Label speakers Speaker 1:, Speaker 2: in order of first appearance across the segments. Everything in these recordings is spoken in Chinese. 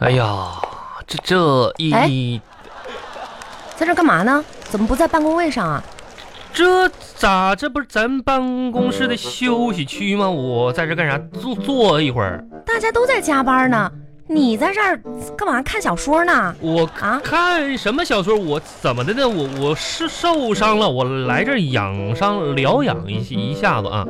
Speaker 1: 哎呀，这这
Speaker 2: 哎
Speaker 1: 一
Speaker 2: 在这儿干嘛呢？怎么不在办公位上啊？
Speaker 1: 这咋这不是咱办公室的休息区吗？我在这干啥？坐坐一会儿。
Speaker 2: 大家都在加班呢，你在这儿干嘛看小说呢？
Speaker 1: 我
Speaker 2: 啊
Speaker 1: 看什么小说？我怎么的呢？我我是受伤了，我来这儿养伤疗养一一下子啊。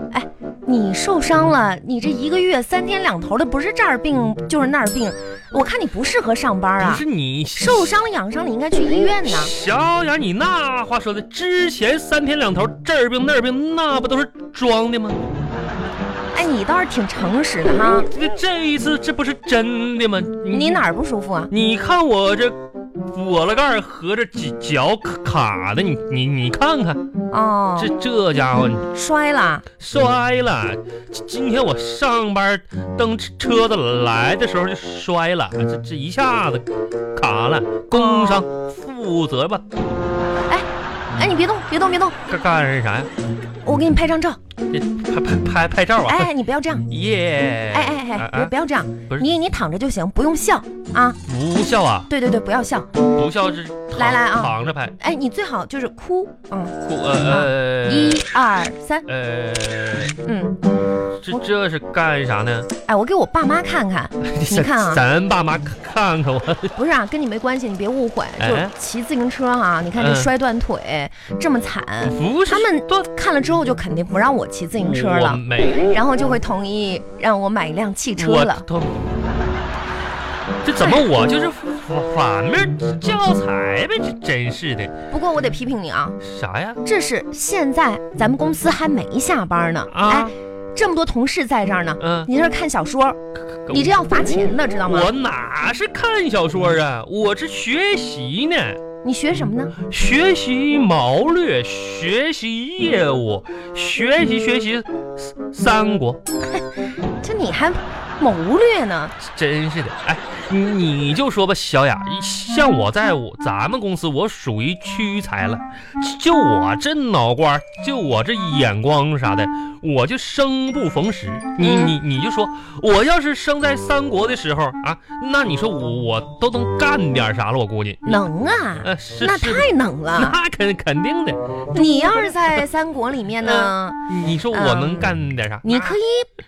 Speaker 2: 你受伤了，你这一个月三天两头的，不是这儿病就是那儿病，我看你不适合上班
Speaker 1: 不
Speaker 2: 啊
Speaker 1: 是。你
Speaker 2: 受伤了养伤，你应该去医院呢。
Speaker 1: 小雅，你那话说的，之前三天两头这儿病那儿病，那不都是装的吗？
Speaker 2: 哎，你倒是挺诚实的哈。
Speaker 1: 这这一次这不是真的吗？
Speaker 2: 你哪儿不舒服啊？
Speaker 1: 你看我这抹了盖儿合着脚脚卡的，你你你看看，
Speaker 2: 哦，
Speaker 1: 这这家伙你
Speaker 2: 摔了。
Speaker 1: 摔了。今今天我上班蹬车子来的时候就摔了，这这一下子卡了，工伤负责吧，
Speaker 2: 哎，你别动，别动，别动，
Speaker 1: 干干啥呀？
Speaker 2: 我给你拍张照。
Speaker 1: 这拍拍拍拍照啊！
Speaker 2: 哎，你不要这样。
Speaker 1: 耶！
Speaker 2: 哎哎哎，别
Speaker 1: 啊
Speaker 2: 不要这样
Speaker 1: 不，是
Speaker 2: 你你躺着就行，不用笑啊。
Speaker 1: 不笑啊，
Speaker 2: 对对对，不要笑。
Speaker 1: 不笑是躺
Speaker 2: 来来啊
Speaker 1: 躺着拍，
Speaker 2: 哎，你最好就是哭，嗯，
Speaker 1: 哭呃
Speaker 2: 一二三，
Speaker 1: 呃呃，
Speaker 2: 嗯，
Speaker 1: 这这是干啥呢？
Speaker 2: 哎，我给我爸妈看 看，你看啊
Speaker 1: 咱爸妈看看我，
Speaker 2: 不是啊，跟你没关系，你别误会，
Speaker 1: 哎
Speaker 2: 就骑自行车啊，你看这
Speaker 1: 嗯
Speaker 2: 摔断腿这么惨，
Speaker 1: 不是
Speaker 2: 他们
Speaker 1: 都
Speaker 2: 看了之后就肯定不让我骑自行车了
Speaker 1: 我，没
Speaker 2: 然后就会同意让我买一辆汽车
Speaker 1: 我
Speaker 2: 了。
Speaker 1: 都这怎么我就是反面教材呗？这真是的，
Speaker 2: 不过我得批评你啊，
Speaker 1: 啥呀？
Speaker 2: 这是现在咱们公司还没下班呢，
Speaker 1: 啊
Speaker 2: 哎，这么多同事在这儿呢，
Speaker 1: 嗯，
Speaker 2: 你这看小说，你这要罚钱的，知道吗？
Speaker 1: 我哪是看小说啊，我这学习呢。
Speaker 2: 你学什么呢？
Speaker 1: 学习谋略，学习业务，学习学习三三国，
Speaker 2: 这你还谋略呢？
Speaker 1: 真是的。哎，你你就说吧，小雅，像我在我咱们公司，我属于屈才了。就我这脑瓜，就我这眼光啥的，我就生不逢时。你
Speaker 2: 嗯
Speaker 1: 你你就说，我要是生在三国的时候啊，那你说我我都能干点啥了？我估计，
Speaker 2: 能啊，
Speaker 1: 呃，是
Speaker 2: 那
Speaker 1: 是
Speaker 2: 太能 了。
Speaker 1: 那肯肯定的。
Speaker 2: 你要是在三国里面呢，
Speaker 1: 你说我能干点啥？
Speaker 2: 嗯你可以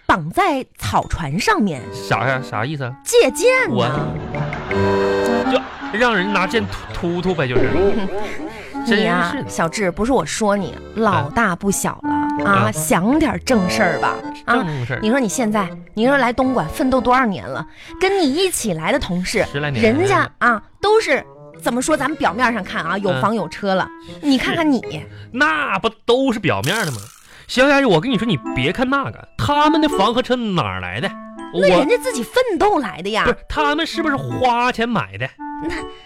Speaker 2: 绑在草船上面
Speaker 1: 啥呀？啥意思？啊？
Speaker 2: 借箭
Speaker 1: 我
Speaker 2: 呢。
Speaker 1: 就让人拿剑突突突呗，就是。真
Speaker 2: 你啊呀、
Speaker 1: 是的，哎
Speaker 2: 小智，不是我说你，老大不小了啊，
Speaker 1: 啊
Speaker 2: 想点正事儿吧啊！
Speaker 1: 正事儿。
Speaker 2: 你说你现在，你说来东莞奋斗多少年了？跟你一起来的同事，
Speaker 1: 十来年了
Speaker 2: 人家啊都是怎么说？咱们表面上看啊，有
Speaker 1: 嗯
Speaker 2: 房有车了，你看看你，
Speaker 1: 那不都是表面的吗？小雅，我跟你说，你别看那个，他们的房和车哪儿来的？
Speaker 2: 那
Speaker 1: 我
Speaker 2: 人家自己奋斗来的呀
Speaker 1: 不，是他们是不是花钱买的？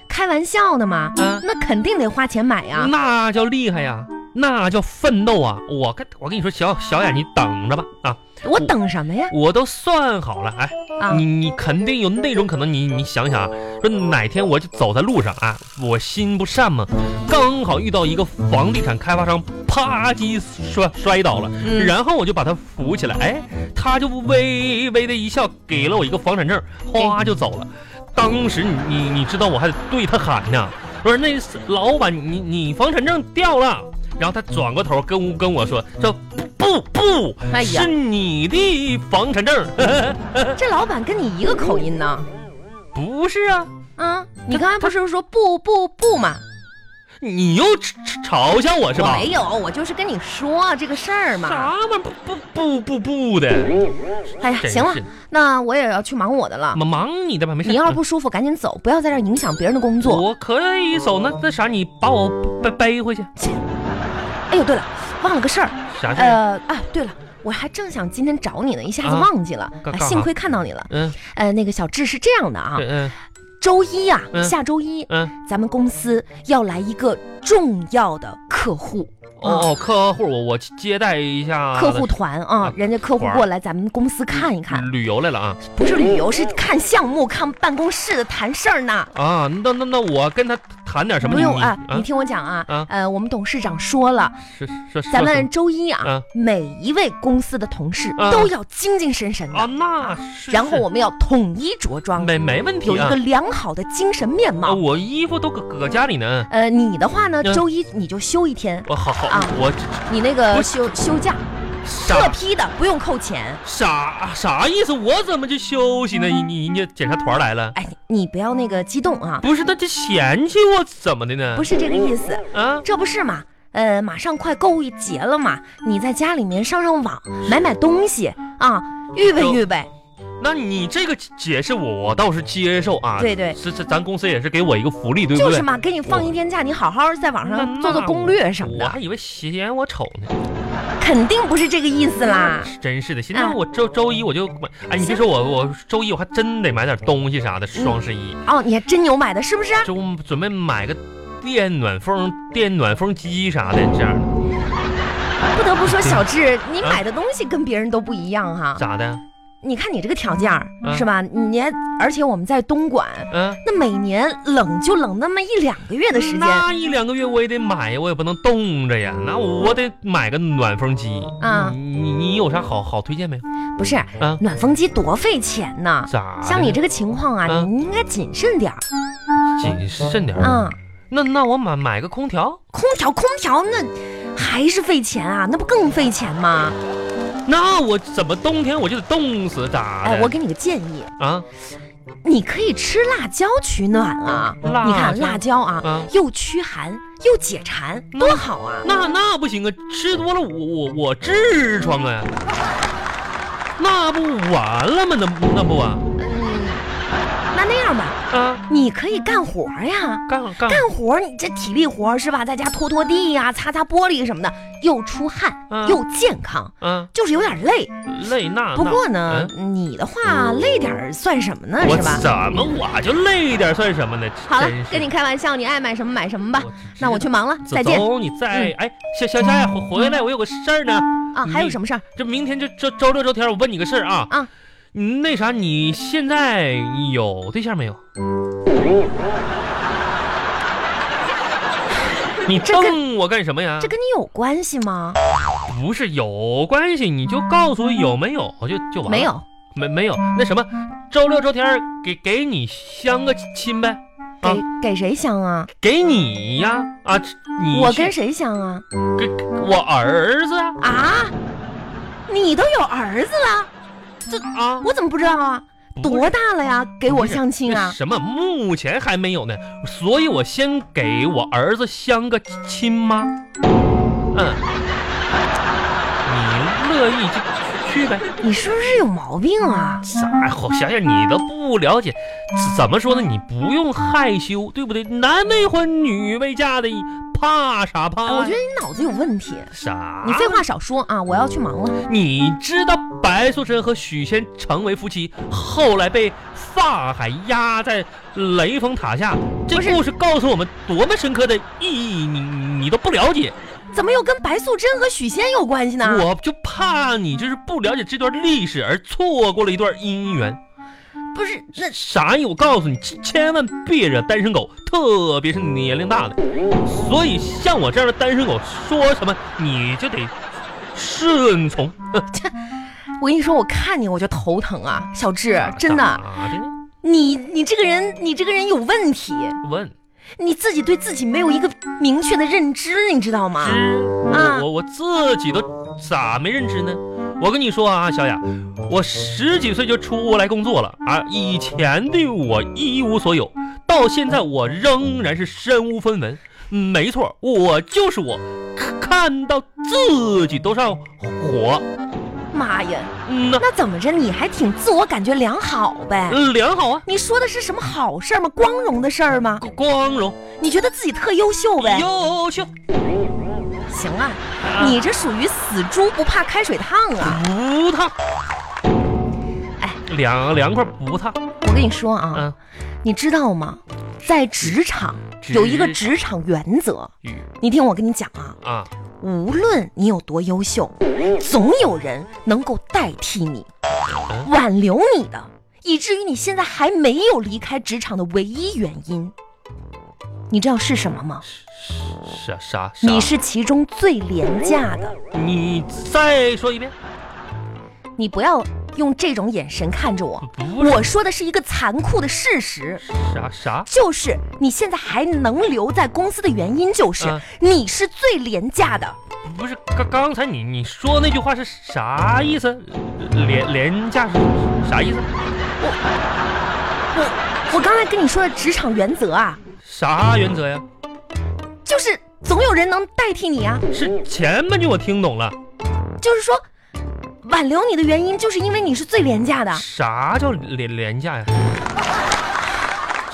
Speaker 2: 开玩笑呢嘛，
Speaker 1: 啊，
Speaker 2: 那肯定得花钱买啊呀。
Speaker 1: 那叫厉害呀，那叫奋斗啊！我跟我跟你说，小小雅，你等着吧啊！
Speaker 2: 我等什么呀？
Speaker 1: 我都算好了，哎，
Speaker 2: 啊
Speaker 1: 你，你肯定有那种可能你，你想想啊，说哪天我就走在路上啊，我心不善嘛，刚好遇到一个房地产开发商，啪叽摔摔倒了，
Speaker 2: 嗯
Speaker 1: 然后我就把他扶起来，哎，他就微微的一笑，给了我一个房产证，
Speaker 2: 哎
Speaker 1: 哗就走了。当时你你你知道我还对他喊呢，我说那老板你你房产证掉了，然后他转过头跟我跟我说说不不，
Speaker 2: 哎呀
Speaker 1: 是你的房产证。
Speaker 2: 这老板跟你一个口音呢。
Speaker 1: 不是啊，
Speaker 2: 啊，你刚才不是说不不不吗？
Speaker 1: 你又嘲嘲笑我是
Speaker 2: 我
Speaker 1: 吧？
Speaker 2: 没有，我就是跟你说这个事儿嘛。
Speaker 1: 啥玩意儿不不不不不的，
Speaker 2: 哎呀，
Speaker 1: 真
Speaker 2: 行了
Speaker 1: 是的，嗯
Speaker 2: 那我也要去忙我的了。
Speaker 1: 忙忙你的吧，没事。
Speaker 2: 你要是不舒服，赶紧走，不要在这儿影响别人的工作。
Speaker 1: 我可以
Speaker 2: 嗯
Speaker 1: 走，那那啥，你把我背背回去，
Speaker 2: 哎呦，对了，忘了个事儿，
Speaker 1: 啥事儿啊？
Speaker 2: 呃，啊，对了。我还正想今天找你呢，一下子
Speaker 1: 啊
Speaker 2: 忘记了，
Speaker 1: 干
Speaker 2: 哎
Speaker 1: 干
Speaker 2: 幸
Speaker 1: 啥
Speaker 2: 亏看到你了。
Speaker 1: 嗯
Speaker 2: 呃，那个小智是这样的啊，
Speaker 1: 对嗯
Speaker 2: 周一呀、
Speaker 1: 嗯
Speaker 2: 下周一，
Speaker 1: 嗯，
Speaker 2: 咱们公司要来一个重要的客户，
Speaker 1: 哦，客户，我我接待一下
Speaker 2: 客户团啊
Speaker 1: 啊，
Speaker 2: 人家客户
Speaker 1: 团儿
Speaker 2: 过来咱们公司看一看，
Speaker 1: 旅游来了啊
Speaker 2: 不是旅游，是看项目、看办公室的谈事儿呢。
Speaker 1: 啊，那那那我跟他谈点什么？
Speaker 2: 不
Speaker 1: 你
Speaker 2: 用
Speaker 1: 你
Speaker 2: 啊
Speaker 1: 啊，
Speaker 2: 你听我讲啊，
Speaker 1: 啊
Speaker 2: 呃，我们董事长说了，
Speaker 1: 是是是
Speaker 2: 咱们周一啊，
Speaker 1: 啊
Speaker 2: 每一位公司的同事
Speaker 1: 啊
Speaker 2: 都要精精神神的，
Speaker 1: 啊，那是
Speaker 2: 然后
Speaker 1: 是
Speaker 2: 我们要统一着装，
Speaker 1: 没没问题
Speaker 2: 有一
Speaker 1: 啊
Speaker 2: 个良好的精神面
Speaker 1: 啊，
Speaker 2: 貌。
Speaker 1: 我衣服都搁搁家里呢。
Speaker 2: 呃，你的话呢，
Speaker 1: 嗯
Speaker 2: 周一你就休一天，
Speaker 1: 我好好
Speaker 2: 啊，
Speaker 1: 我
Speaker 2: 你那个
Speaker 1: 不啊
Speaker 2: 休休假，特
Speaker 1: 傻
Speaker 2: 批的，不用扣钱。
Speaker 1: 傻啥意思？我怎么就休息呢？你你人家检查团来了，
Speaker 2: 哎，你不要那个激动啊，
Speaker 1: 不是他这嫌弃我怎么的呢？
Speaker 2: 不是这个意思，
Speaker 1: 啊，
Speaker 2: 这不是嘛？呃，马上快购物节了嘛，你在家里面上上网，
Speaker 1: 嗯
Speaker 2: 买买东西啊，预备
Speaker 1: 周
Speaker 2: 预备。
Speaker 1: 那你这个解释我我倒是接受啊。
Speaker 2: 对对
Speaker 1: 是是，咱公司也是给我一个福利，对不
Speaker 2: 就
Speaker 1: 对？嗯
Speaker 2: 是嘛，给你放一天假，你好好在网
Speaker 1: 那
Speaker 2: 上做做
Speaker 1: 那
Speaker 2: 攻略什么
Speaker 1: 我
Speaker 2: 的，
Speaker 1: 还以为嫌我丑呢，
Speaker 2: 肯定不是这个意思啦。
Speaker 1: 真是的。现
Speaker 2: 啊
Speaker 1: 在我周周一我就买，哎，你别说我我周一我还真得买点东西啥的。双十一，
Speaker 2: 哦，你还真有买的，是不是啊？
Speaker 1: 就准备买个电暖风、电暖风机啥的这样的，
Speaker 2: 不得不说，
Speaker 1: 对
Speaker 2: 小智，你
Speaker 1: 啊
Speaker 2: 买的东西跟别人都不一样哈。
Speaker 1: 咋的？
Speaker 2: 你看你这个条件儿
Speaker 1: 啊
Speaker 2: 是吧？你还而且我们在东莞，
Speaker 1: 嗯、
Speaker 2: 那每年冷就冷那么一两个月的时间嗯
Speaker 1: 那一两个月我也得买呀，我也不能冻着呀。那我得买个暖风机
Speaker 2: 啊
Speaker 1: 你你你有啥好好推荐没有？
Speaker 2: 不是
Speaker 1: 啊
Speaker 2: 暖风机多费钱呢。
Speaker 1: 咋的呢？
Speaker 2: 嗯像你这个情况啊，
Speaker 1: 啊
Speaker 2: 你应该谨慎点儿
Speaker 1: 谨慎点儿。
Speaker 2: 啊。
Speaker 1: 那那我买买个空调，
Speaker 2: 空调，空调那还是费钱啊，那不更费钱吗？
Speaker 1: 那我怎么冬天我就得冻死？咋的？
Speaker 2: 哎，我给你个建议，
Speaker 1: 啊
Speaker 2: 你可以吃辣椒取暖啊！
Speaker 1: 辣
Speaker 2: 你看
Speaker 1: 椒
Speaker 2: 辣椒啊，
Speaker 1: 啊，
Speaker 2: 又驱寒又解馋，
Speaker 1: 嗯
Speaker 2: 多好啊！
Speaker 1: 那那不行啊，吃多了我我我痔疮啊，那不完了吗？那那不啊
Speaker 2: 嗯，那那样吧，
Speaker 1: 啊，
Speaker 2: 你可以干活呀，
Speaker 1: 干干
Speaker 2: 干活你这体力活是吧？在家拖拖地呀、擦擦玻璃什么的，又出汗
Speaker 1: 嗯
Speaker 2: 又健康，
Speaker 1: 啊，
Speaker 2: 就是有点累。
Speaker 1: 累那
Speaker 2: 不
Speaker 1: 那
Speaker 2: 过呢，
Speaker 1: 嗯
Speaker 2: 你的话累点儿算什么呢？
Speaker 1: 我
Speaker 2: 是吧？
Speaker 1: 怎么我就累一点算什么呢？
Speaker 2: 好了
Speaker 1: 真，是
Speaker 2: 跟你开玩笑，你爱买什么买什么吧。
Speaker 1: 我
Speaker 2: 那我去忙了，
Speaker 1: 走
Speaker 2: 再见嗯
Speaker 1: 走，你再哎，小小夏呀，回回来，我有个事儿呢。
Speaker 2: 啊！还有
Speaker 1: 你
Speaker 2: 什么事儿？
Speaker 1: 这明天这这周六周天，我问你个事儿啊。
Speaker 2: 啊，
Speaker 1: 那啥，你现在有对象没有？你
Speaker 2: 这跟
Speaker 1: 瞪我干什么呀？
Speaker 2: 这跟你有关系吗？
Speaker 1: 不是有关系，你就告诉我有没有，就就完了。
Speaker 2: 没，有。
Speaker 1: 没没有。那什么，周六周天儿给给你相个亲呗，啊
Speaker 2: 给给谁相啊？
Speaker 1: 给你呀啊，你
Speaker 2: 我
Speaker 1: 去
Speaker 2: 跟谁相啊？
Speaker 1: 我儿子啊
Speaker 2: 啊，你都有儿子了，
Speaker 1: 啊，
Speaker 2: 我怎么不知道啊？
Speaker 1: 不
Speaker 2: 多大了呀？给我相亲
Speaker 1: 那
Speaker 2: 啊？
Speaker 1: 什么？目前还没有呢，所以我先给我儿子相个亲妈。嗯，你乐意就去呗。
Speaker 2: 你是不是有毛病啊？
Speaker 1: 咋？好想想你都不了解，怎么说呢？你不用害羞，对不对？男未婚，女未嫁的，怕啥怕
Speaker 2: 哎
Speaker 1: 呀？
Speaker 2: 我觉得你脑子有问题。
Speaker 1: 啊啥？
Speaker 2: 你废话少说啊！我要去忙了。
Speaker 1: 你知道白素贞和许仙成为夫妻，后来被法海压在雷峰塔下，这
Speaker 2: 不是
Speaker 1: 故事告诉我们多么深刻的意义，你你都不了解，
Speaker 2: 怎么又跟白素贞和许仙有关系呢？
Speaker 1: 我就怕你就是不了解这段历史而错过了一段姻缘。
Speaker 2: 不是那
Speaker 1: 啥意思？我告诉你，千千万别惹单身狗，特别是年龄大的。所以像我这样的单身狗，说什么你就得顺从。
Speaker 2: 我跟你说，我看你我就头疼啊，小智，真的，啊
Speaker 1: 咋的呢？
Speaker 2: 你你这个人，你这个人有问题，
Speaker 1: 问。
Speaker 2: 你自己对自己没有一个明确的认知，你知道吗？
Speaker 1: 知
Speaker 2: 啊
Speaker 1: 我我我自己都咋没认知呢？我跟你说啊，小雅，我十几岁就出来工作了啊，以前对我一无所有，到现在我仍然是身无分文。没错，我就是我，看到自己都上火。
Speaker 2: 妈呀！
Speaker 1: 嗯呐，
Speaker 2: 那怎么着？你还挺自我感觉良好呗？
Speaker 1: 良好啊，
Speaker 2: 你说的是什么好事儿吗？光荣的事儿吗？
Speaker 1: 光光荣
Speaker 2: 你觉得自己特优秀呗？
Speaker 1: 优秀。
Speaker 2: 行啊，
Speaker 1: 啊
Speaker 2: 你这属于死猪不怕开水烫啊！
Speaker 1: 不烫，
Speaker 2: 哎，
Speaker 1: 凉凉快不烫。
Speaker 2: 我跟你说啊，
Speaker 1: 嗯，
Speaker 2: 你知道吗？在职场
Speaker 1: 职
Speaker 2: 有一个职场原则，
Speaker 1: 语
Speaker 2: 你听我跟你讲啊，
Speaker 1: 啊，
Speaker 2: 无论你有多优秀，总有人能够代替你
Speaker 1: 嗯，
Speaker 2: 挽留你的，以至于你现在还没有离开职场的唯一原因。你知道是什么
Speaker 1: 啊
Speaker 2: 吗？
Speaker 1: 啥啥啥？
Speaker 2: 你是其中最廉价的。
Speaker 1: 你再说一遍？
Speaker 2: 你不要用这种眼神看着我，
Speaker 1: 不是
Speaker 2: 我说的是一个残酷的事实，
Speaker 1: 啥啥？
Speaker 2: 就是你现在还能留在公司的原因就是、
Speaker 1: 嗯
Speaker 2: 你是最廉价的。
Speaker 1: 不是刚刚才你你说那句话是啥意思？廉廉价是啥意思？
Speaker 2: 我我刚才跟你说的职场原则啊，
Speaker 1: 啥原则呀？
Speaker 2: 就是总有人能代替你啊。
Speaker 1: 是前半句我听懂了，
Speaker 2: 就是说，挽留你的原因就是因为你是最廉价的。
Speaker 1: 啥叫廉廉价呀？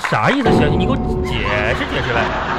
Speaker 1: 啥意思？小姐，你给我解释解释呗。